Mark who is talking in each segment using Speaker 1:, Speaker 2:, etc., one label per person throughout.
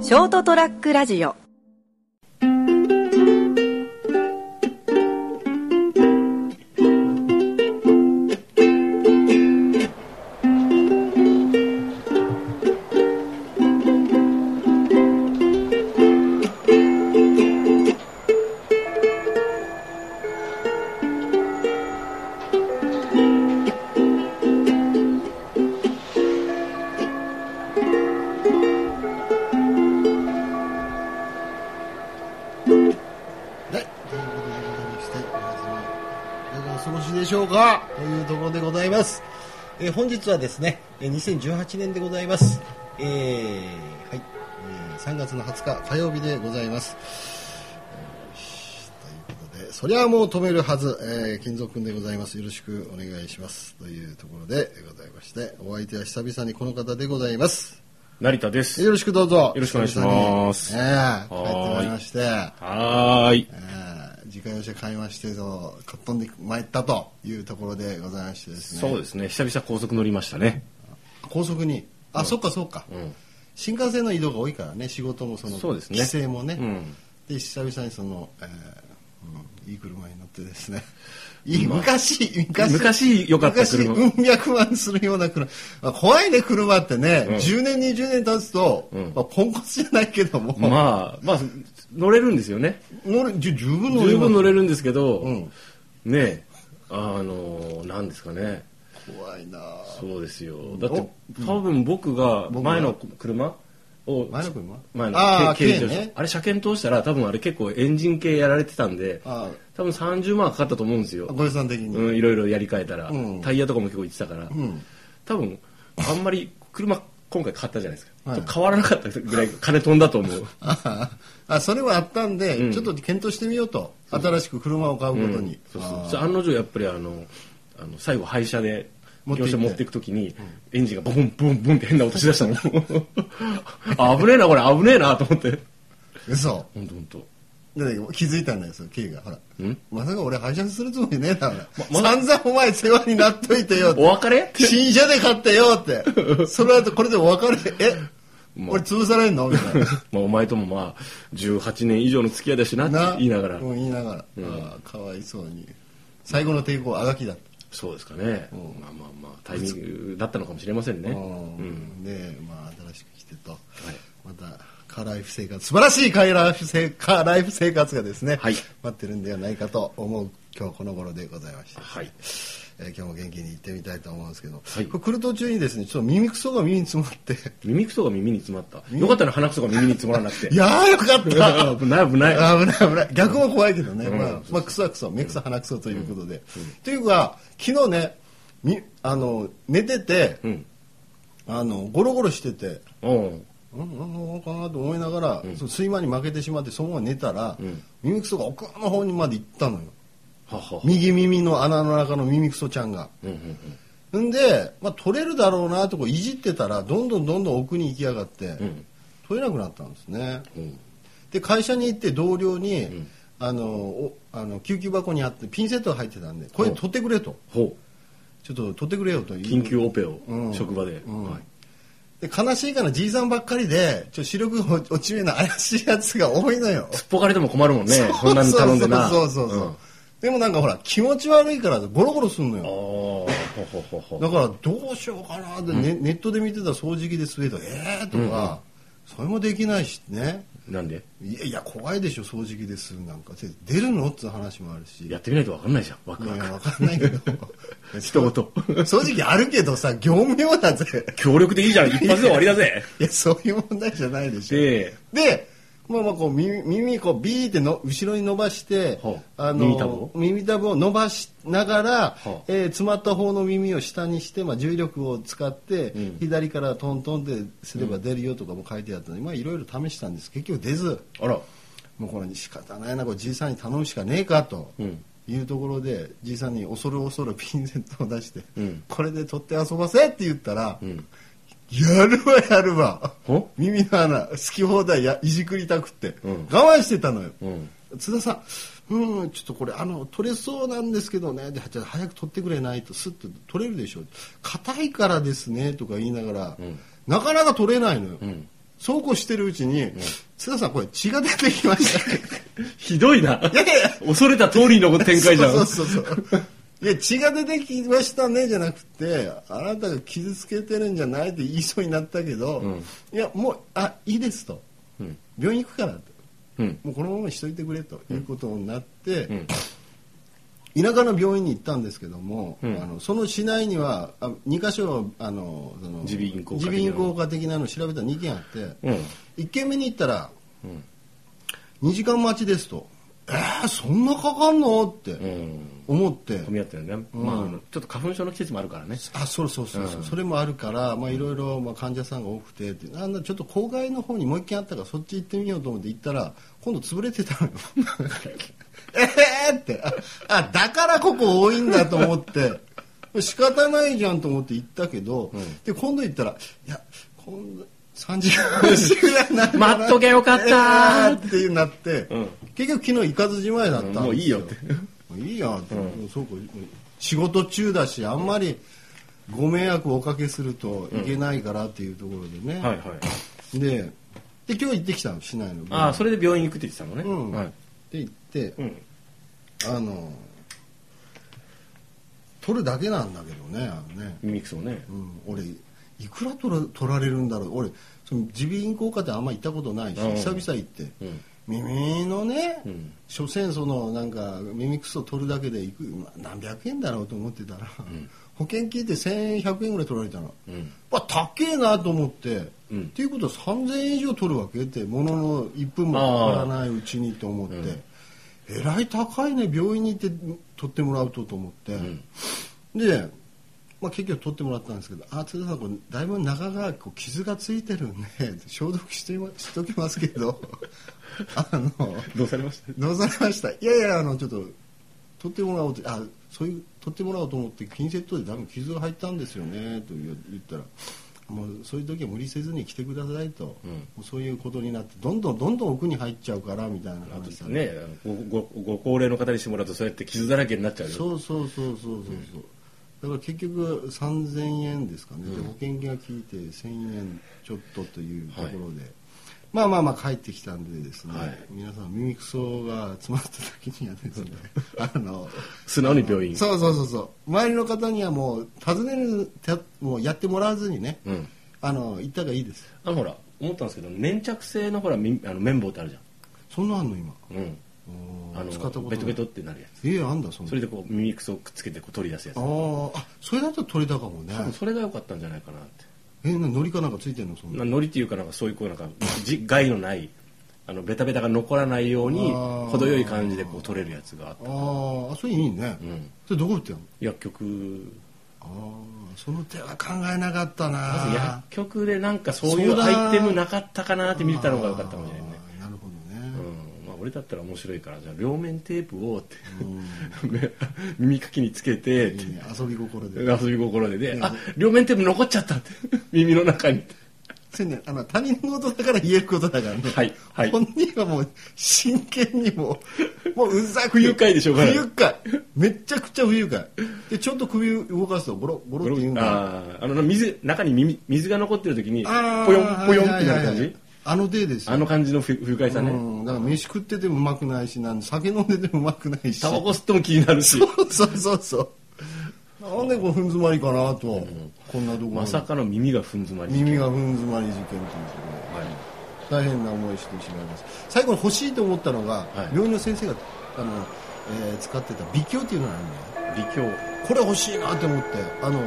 Speaker 1: ショートトラックラジオ
Speaker 2: はい、ということでございまして、皆様、いかがお過ごしでしょうかというところでございます。えー本日はですね、えー2018年でございます。えーはい、えー3月の20日火曜日でございます。ということで、そりゃもう止めるはず、えー金蔵君でございます。よろしくお願いします。というところでございまして、お相手は久々にこの方でございます。
Speaker 3: 成田です。
Speaker 2: よろしくどうぞ。
Speaker 3: よろしくお願いします
Speaker 2: 久々にねえ帰ってまいりまして。
Speaker 3: はーい。
Speaker 2: えー自家用車買いましてとかっ飛んで参ったというところでございましてですね
Speaker 3: そうですね。久々高速乗りましたね。
Speaker 2: 高速にあ、そっかそっか、
Speaker 3: ん
Speaker 2: 新幹線の移動が多いからね仕事もその
Speaker 3: そうですね
Speaker 2: 帰省もね、
Speaker 3: うん
Speaker 2: で久々にその、えーうんいい車に乗ってですねいい昔昔
Speaker 3: 昔良かった車
Speaker 2: 昔うん百万するような車、まあ、怖いね車ってね、
Speaker 3: うん
Speaker 2: 10年20年経つと、
Speaker 3: うん
Speaker 2: まあ、ポンコツじゃないけども、
Speaker 3: まあ、まあ、乗れるんですよね。
Speaker 2: 乗れじゅ十分乗れ
Speaker 3: 十分乗れ
Speaker 2: る
Speaker 3: るんですけど、
Speaker 2: うん
Speaker 3: ねえ、あの、なんですかね。
Speaker 2: 怖いなあ
Speaker 3: そうですよ。だって
Speaker 2: お、
Speaker 3: 多分僕が
Speaker 2: 僕が
Speaker 3: 前の車を、
Speaker 2: 前の車
Speaker 3: 前の
Speaker 2: あー
Speaker 3: 軽軽
Speaker 2: 軽
Speaker 3: 乗車
Speaker 2: ね
Speaker 3: あれ車検通したら多分あれ結構エンジン系やられてたんで、
Speaker 2: あ
Speaker 3: 多分30万かかったと思うんですよ。
Speaker 2: ご予算的に、
Speaker 3: うん、いろいろやり替えたら、
Speaker 2: うん
Speaker 3: タイヤとかも結構いってたから、
Speaker 2: ん
Speaker 3: 多分あんまり車今回買ったじゃないですか、
Speaker 2: はい
Speaker 3: 変わらなかったぐらい金飛んだと 思う
Speaker 2: ああそれはあったんで、
Speaker 3: ん
Speaker 2: ちょっと検討してみようと新しく車を買うことに、
Speaker 3: そうそう
Speaker 2: あー
Speaker 3: そう案の定やっぱりあのあの最後廃車で
Speaker 2: 持って行
Speaker 3: 業
Speaker 2: って
Speaker 3: 者持っていく時に、エンジンがボンボンボンって変な音しだした のあ危ねえなこれ危ねえなと思って
Speaker 2: 嘘
Speaker 3: 本当本当
Speaker 2: だって気づいたんだよその K がほら
Speaker 3: ん
Speaker 2: まさか俺廃車するつもりねえだろ、
Speaker 3: まま
Speaker 2: 散々お前世話になっといてよって
Speaker 3: お別れって
Speaker 2: 新車で買ってよ ってその後これでお別れえ
Speaker 3: まあ
Speaker 2: 俺潰されんのみたいな
Speaker 3: まあお前ともまあ18年以上の付き合いだしなっ
Speaker 2: な
Speaker 3: て言いながら
Speaker 2: うん言いながら、ああかわいそうに最後の抵抗はあがきだった
Speaker 3: そうですかね、
Speaker 2: うん
Speaker 3: まあまあまあタイミングだったのかもしれませんね、
Speaker 2: うん、で、まあ、新しく来てと、
Speaker 3: い
Speaker 2: またカーライフ生活素晴らしいカーライフ生カーライフ生活がですね、
Speaker 3: はい
Speaker 2: 待ってるんではないかと思う今日この頃でございました、
Speaker 3: はい
Speaker 2: えー今日も元気に行ってみたいと思うんですけど、
Speaker 3: はい
Speaker 2: これ来る途中にですねちょっと耳くそが耳に詰まって
Speaker 3: 耳くそが耳に詰まった。よかったな、鼻くそが耳に詰まらなく
Speaker 2: い
Speaker 3: て。
Speaker 2: やーよかった
Speaker 3: 危ない危ない。
Speaker 2: あ危ない危ない逆も怖いけどね、
Speaker 3: うん
Speaker 2: まあ、まあ、クソはクソ目くそ鼻くそということで、というか昨日ねみあの寝てて、
Speaker 3: うん。
Speaker 2: あのゴロゴロしてて
Speaker 3: うん。
Speaker 2: うんうんうんかなと思いながら、その睡魔に負けてしまってそのまま寝たら、
Speaker 3: うん
Speaker 2: 耳くそが奥の方にまで行ったのよ
Speaker 3: はは。
Speaker 2: 右耳の穴の中の耳くそちゃんが
Speaker 3: うんうん
Speaker 2: んで、まあ、取れるだろうなとこういじってたらどんどんどんどん奥に行きやがって、
Speaker 3: うん。
Speaker 2: 取れなくなったんですね
Speaker 3: うん。
Speaker 2: で会社に行って同僚に、
Speaker 3: ん
Speaker 2: あのおあの救急箱にあってピンセットが入ってたんでこれ
Speaker 3: ほう
Speaker 2: 取ってくれと
Speaker 3: ほ
Speaker 2: ちょっと取ってくれよという
Speaker 3: う。緊急オペを
Speaker 2: う、ん
Speaker 3: 職場で。
Speaker 2: うん
Speaker 3: はい
Speaker 2: で悲しいからじいさんばっかりでちょっと視力が落ち目の怪しいやつが多いのよ
Speaker 3: すっぽかれても困るもんね。こんなに頼んでな。
Speaker 2: そうそうそうそう、でもなんかほら気持ち悪いからゴロゴロすんの
Speaker 3: うんああ。
Speaker 2: よ
Speaker 3: ほうほうほうほ
Speaker 2: だ
Speaker 3: う。
Speaker 2: からどうしようかなって、ねネットで見てた掃除機でスウェードえーとか、それもできないしね
Speaker 3: なんで
Speaker 2: いやいや怖いでしょ掃除機ですなんかで出るのっていう話もあるし
Speaker 3: やってみないとわかんないじゃん。ワ
Speaker 2: い
Speaker 3: ク
Speaker 2: や
Speaker 3: ワ
Speaker 2: いやわ
Speaker 3: ク。
Speaker 2: かんないけど
Speaker 3: 一 言。
Speaker 2: 掃除機あるけどさ業務用だぜ
Speaker 3: 協力でいいじゃん。一発で終わりだぜ。
Speaker 2: いやそういう問題じゃないでしょ
Speaker 3: で、
Speaker 2: で、まあまあこう耳耳こうビーっての後ろに伸ばして、
Speaker 3: はあ
Speaker 2: あの
Speaker 3: 耳たぶを
Speaker 2: 耳たぶを伸ばしながら、
Speaker 3: あ
Speaker 2: えー詰まった方の耳を下にして、まあ、重力を使って、
Speaker 3: ん
Speaker 2: 左からトントンですれば出るよとかも書いてあったので、まあいろいろ試したんです結局出ず
Speaker 3: あら。
Speaker 2: もうこれ仕方ないなこれじいさんに頼むしかねえかと。
Speaker 3: うん
Speaker 2: いうところでじいさんに恐る恐るピンセットを出して、
Speaker 3: うん
Speaker 2: これで取って遊ばせって言ったら、
Speaker 3: うん。
Speaker 2: やるわやるわ
Speaker 3: ほ
Speaker 2: 耳の穴好き放題やいじくりたくって、
Speaker 3: うん
Speaker 2: 我慢してたのよ、
Speaker 3: うん。
Speaker 2: 津田さんうんちょっとこれあの取れそうなんですけどねでじゃあ早く取ってくれないとスッと取れるでしょ硬いからですねとか言いながら、
Speaker 3: うん
Speaker 2: なかなか取れないのよ、
Speaker 3: うん。
Speaker 2: そうこうしてるうちに、津田さん、これ血が出てきました。い
Speaker 3: ひどいな。
Speaker 2: やいやいや
Speaker 3: 恐れた通りの 展開じゃん。
Speaker 2: そうそうそうそう。いや、血が出てきましたねじゃなくて、あなたが傷つけてるんじゃないって言いそうになったけど、
Speaker 3: うん
Speaker 2: いや、もう、あ、いいですと。
Speaker 3: うん
Speaker 2: 病院行くからと。
Speaker 3: うん。
Speaker 2: もうこのままにしといてくれということになって、
Speaker 3: うん
Speaker 2: 田舎の病院に行ったんですけども、
Speaker 3: うん
Speaker 2: あのその市内にはあ2箇所あのその
Speaker 3: 耳鼻咽喉科的な
Speaker 2: 耳鼻咽喉科的なのを調べたら2件あって、
Speaker 3: うん。
Speaker 2: 1件目に行ったら
Speaker 3: うん
Speaker 2: 2時間待ちですとえー、そんなかかんのって
Speaker 3: うん。
Speaker 2: 思って、
Speaker 3: 混み合ってるね。
Speaker 2: うん
Speaker 3: まああの、ちょっと花粉症の季節もあるからね。
Speaker 2: あそうそうそうそう、
Speaker 3: うん
Speaker 2: それもあるから、まあ、いろいろまあ患者さんが多くてってなんだちょっと郊外の方にもう一軒あったからそっち行ってみようと思って行ったら今度潰れてたのよ ええってああだからここ多いんだと思って仕方ないじゃんと思って行ったけど、で今度行ったらいや今度3時間しかないから
Speaker 3: 待っとけよかった
Speaker 2: え
Speaker 3: ー
Speaker 2: えっていうなって、
Speaker 3: うん
Speaker 2: 結局昨日行かずじまいだったんですよ、
Speaker 3: もういいよって
Speaker 2: もういいや、そうか仕事中だしあんまりご迷惑をおかけするといけないからっていうところでね、
Speaker 3: はいはい。
Speaker 2: でで今日行ってきたの市内の
Speaker 3: ああ、それで病院行くって言ってたのね。
Speaker 2: うん
Speaker 3: はい。
Speaker 2: で行って、
Speaker 3: うん。
Speaker 2: あの取るだけなんだけどねあのね、
Speaker 3: 耳くそをね。
Speaker 2: うん、俺いくら取ら取られるんだろう俺その耳鼻咽喉科ってあんま行ったことないし、
Speaker 3: うん
Speaker 2: 久々行って、
Speaker 3: うん。
Speaker 2: 耳のね、
Speaker 3: うん
Speaker 2: 所詮そのなんか耳くそ取るだけでいく、まあ、何百円だろうと思ってたら、保険聞いて1100円ぐらい取られたの、
Speaker 3: うん。
Speaker 2: まあ、高えなと思って、
Speaker 3: うん
Speaker 2: っていうことは3000円以上取るわけってものの1分もかからないうちにと思って、えらい高いね病院に行って取ってもらうとと思って、で、まあ、結局取ってもらったんですけど「あ津田さんこれだいぶ中がこう傷がついてるんで消毒してましときますけどあの
Speaker 3: どうされました
Speaker 2: どうされましたいやいやあのちょっと取ってもらおうとあそういう取ってもらおうと思ってピンセットで多分傷が入ったんですよねと言う言ったらもうそういう時は無理せずに来てくださいと、
Speaker 3: うん
Speaker 2: もうそういうことになってどんどんどんどん奥に入っちゃうからみたいな
Speaker 3: あ
Speaker 2: 感
Speaker 3: と
Speaker 2: じ
Speaker 3: さね、ごごご高齢の方にしてもらうとそうやって傷だらけになっちゃうよ
Speaker 2: そうそうそうそうそうそうだから結局3000円ですかね、で保険金が効いて1000円ちょっとというところで、まあまあまあ帰ってきたんでですね、
Speaker 3: はい
Speaker 2: 皆さん耳くそが詰まった時にはですね あの
Speaker 3: 素直に病院
Speaker 2: そうそうそうそう周りの方にはもう尋ねるたもうやってもらわずにね、
Speaker 3: うん
Speaker 2: あの行った方がいいです
Speaker 3: あのほら思ったんですけど粘着性のほらみあの綿棒ってあるじ
Speaker 2: そんなあんの今
Speaker 3: ゃん、うん、
Speaker 2: おー
Speaker 3: あの
Speaker 2: 使ったことない
Speaker 3: ベトベトってなるや
Speaker 2: ええあんだそんな
Speaker 3: つそれでこう耳くそをくっつけてこう取り出すやつ
Speaker 2: あーあそれだと取れたかもね
Speaker 3: 多分それが良かったんじゃないかなって
Speaker 2: えなのりかなんかついてんのそんな
Speaker 3: なノリっていうかなんかそういうこうなんかじ害のないあのベタベタが残らないように
Speaker 2: あー
Speaker 3: 程よい感じでこう取れるやつがあった
Speaker 2: ああそれいいね、
Speaker 3: ん
Speaker 2: それどこ売ってんの
Speaker 3: 薬局
Speaker 2: ああその手は考えなかったな
Speaker 3: まず薬局でなんかそうい
Speaker 2: そう
Speaker 3: う
Speaker 2: だ
Speaker 3: アイテムなかったかなって見れたのが良かったかもしれないね
Speaker 2: あーなるほどね、
Speaker 3: うんまあ、俺だったら面白いからじゃあ両面テープをって、目 耳かきにつけてって
Speaker 2: いいね遊び心 で
Speaker 3: 遊び心でで、あ両面テープ残っちゃったって 耳の中に
Speaker 2: それねあの他人事だから言えることだからね、
Speaker 3: はいはい
Speaker 2: 本人はもう真剣にもうもううざく
Speaker 3: 不愉快でしょうがない
Speaker 2: 不愉快めちゃくちゃ不愉快でちょっと首を動かすとゴロゴロって言うんだ
Speaker 3: あーあの水中に耳水が残ってる時にポ
Speaker 2: あー
Speaker 3: ヨンポヨンってなる
Speaker 2: はいは
Speaker 3: 感
Speaker 2: いはい
Speaker 3: じ
Speaker 2: あの手ですよ
Speaker 3: あの感じの不不愉快さね
Speaker 2: うん、だから飯食っててもうまくないしなん酒飲んでてもうまくないし
Speaker 3: タバコ吸っても気になるし
Speaker 2: そうそうそう。なんでこうふん詰まりかなと、こんなところ
Speaker 3: まさかの耳がふん詰まり
Speaker 2: 耳がふん詰まり事件ということ
Speaker 3: はい
Speaker 2: で大変な思いしてしまいます最後に欲しいと思ったのが、
Speaker 3: い
Speaker 2: 病院の先生があの、えー使ってた微鏡っていうのがあるんだよ
Speaker 3: 微鏡
Speaker 2: これ欲しいなと思ってあの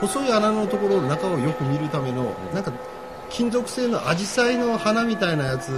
Speaker 2: 細い穴のところの中をよく見るための、なんか金属製のアジサイの花みたいなやつ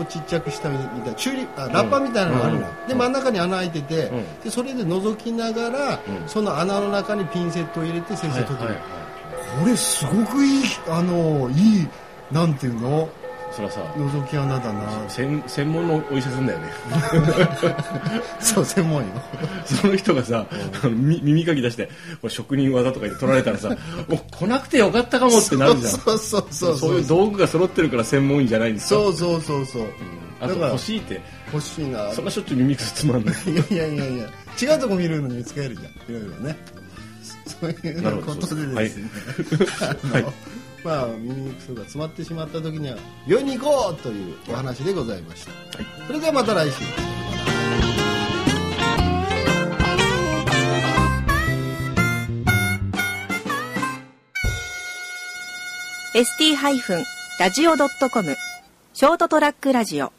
Speaker 2: をちっちゃくしたみたいなチューリップあラッパみたいなのがあるの、
Speaker 3: うん
Speaker 2: で真ん中に穴開いてて、
Speaker 3: うん
Speaker 2: でそれで覗きながら、
Speaker 3: うん
Speaker 2: その穴の中にピンセットを入れて先生撮ってくる、
Speaker 3: い、
Speaker 2: これすごくいいあのいいなんていうの
Speaker 3: それはさ
Speaker 2: 覗き穴だな
Speaker 3: 専専門のお医者さんだよね
Speaker 2: そう専門医の
Speaker 3: その人がさ、み耳かき出して、これ職人技とか言って取られたらさ、お来なくてよかったかもってなるじゃん。
Speaker 2: そうそうそう
Speaker 3: そう
Speaker 2: そ
Speaker 3: いうう道具が揃ってるから専門医じゃないんですか。
Speaker 2: そうそうそうそう
Speaker 3: あと
Speaker 2: だから
Speaker 3: 欲しいって、
Speaker 2: 欲しいな
Speaker 3: そんなしょっちゅう耳くすつまんない。
Speaker 2: いやいやいやいや違うとこ見るのに使えるじゃんいろいろねそそういう
Speaker 3: なるほ
Speaker 2: こ
Speaker 3: ど
Speaker 2: とでですね、
Speaker 3: は
Speaker 2: あ
Speaker 3: い
Speaker 2: のまあ、耳にくそが詰まってしまった時には病院に行こうというお話でございました、それではまた来週
Speaker 1: ー ST-radio.com ショートトラックラジオ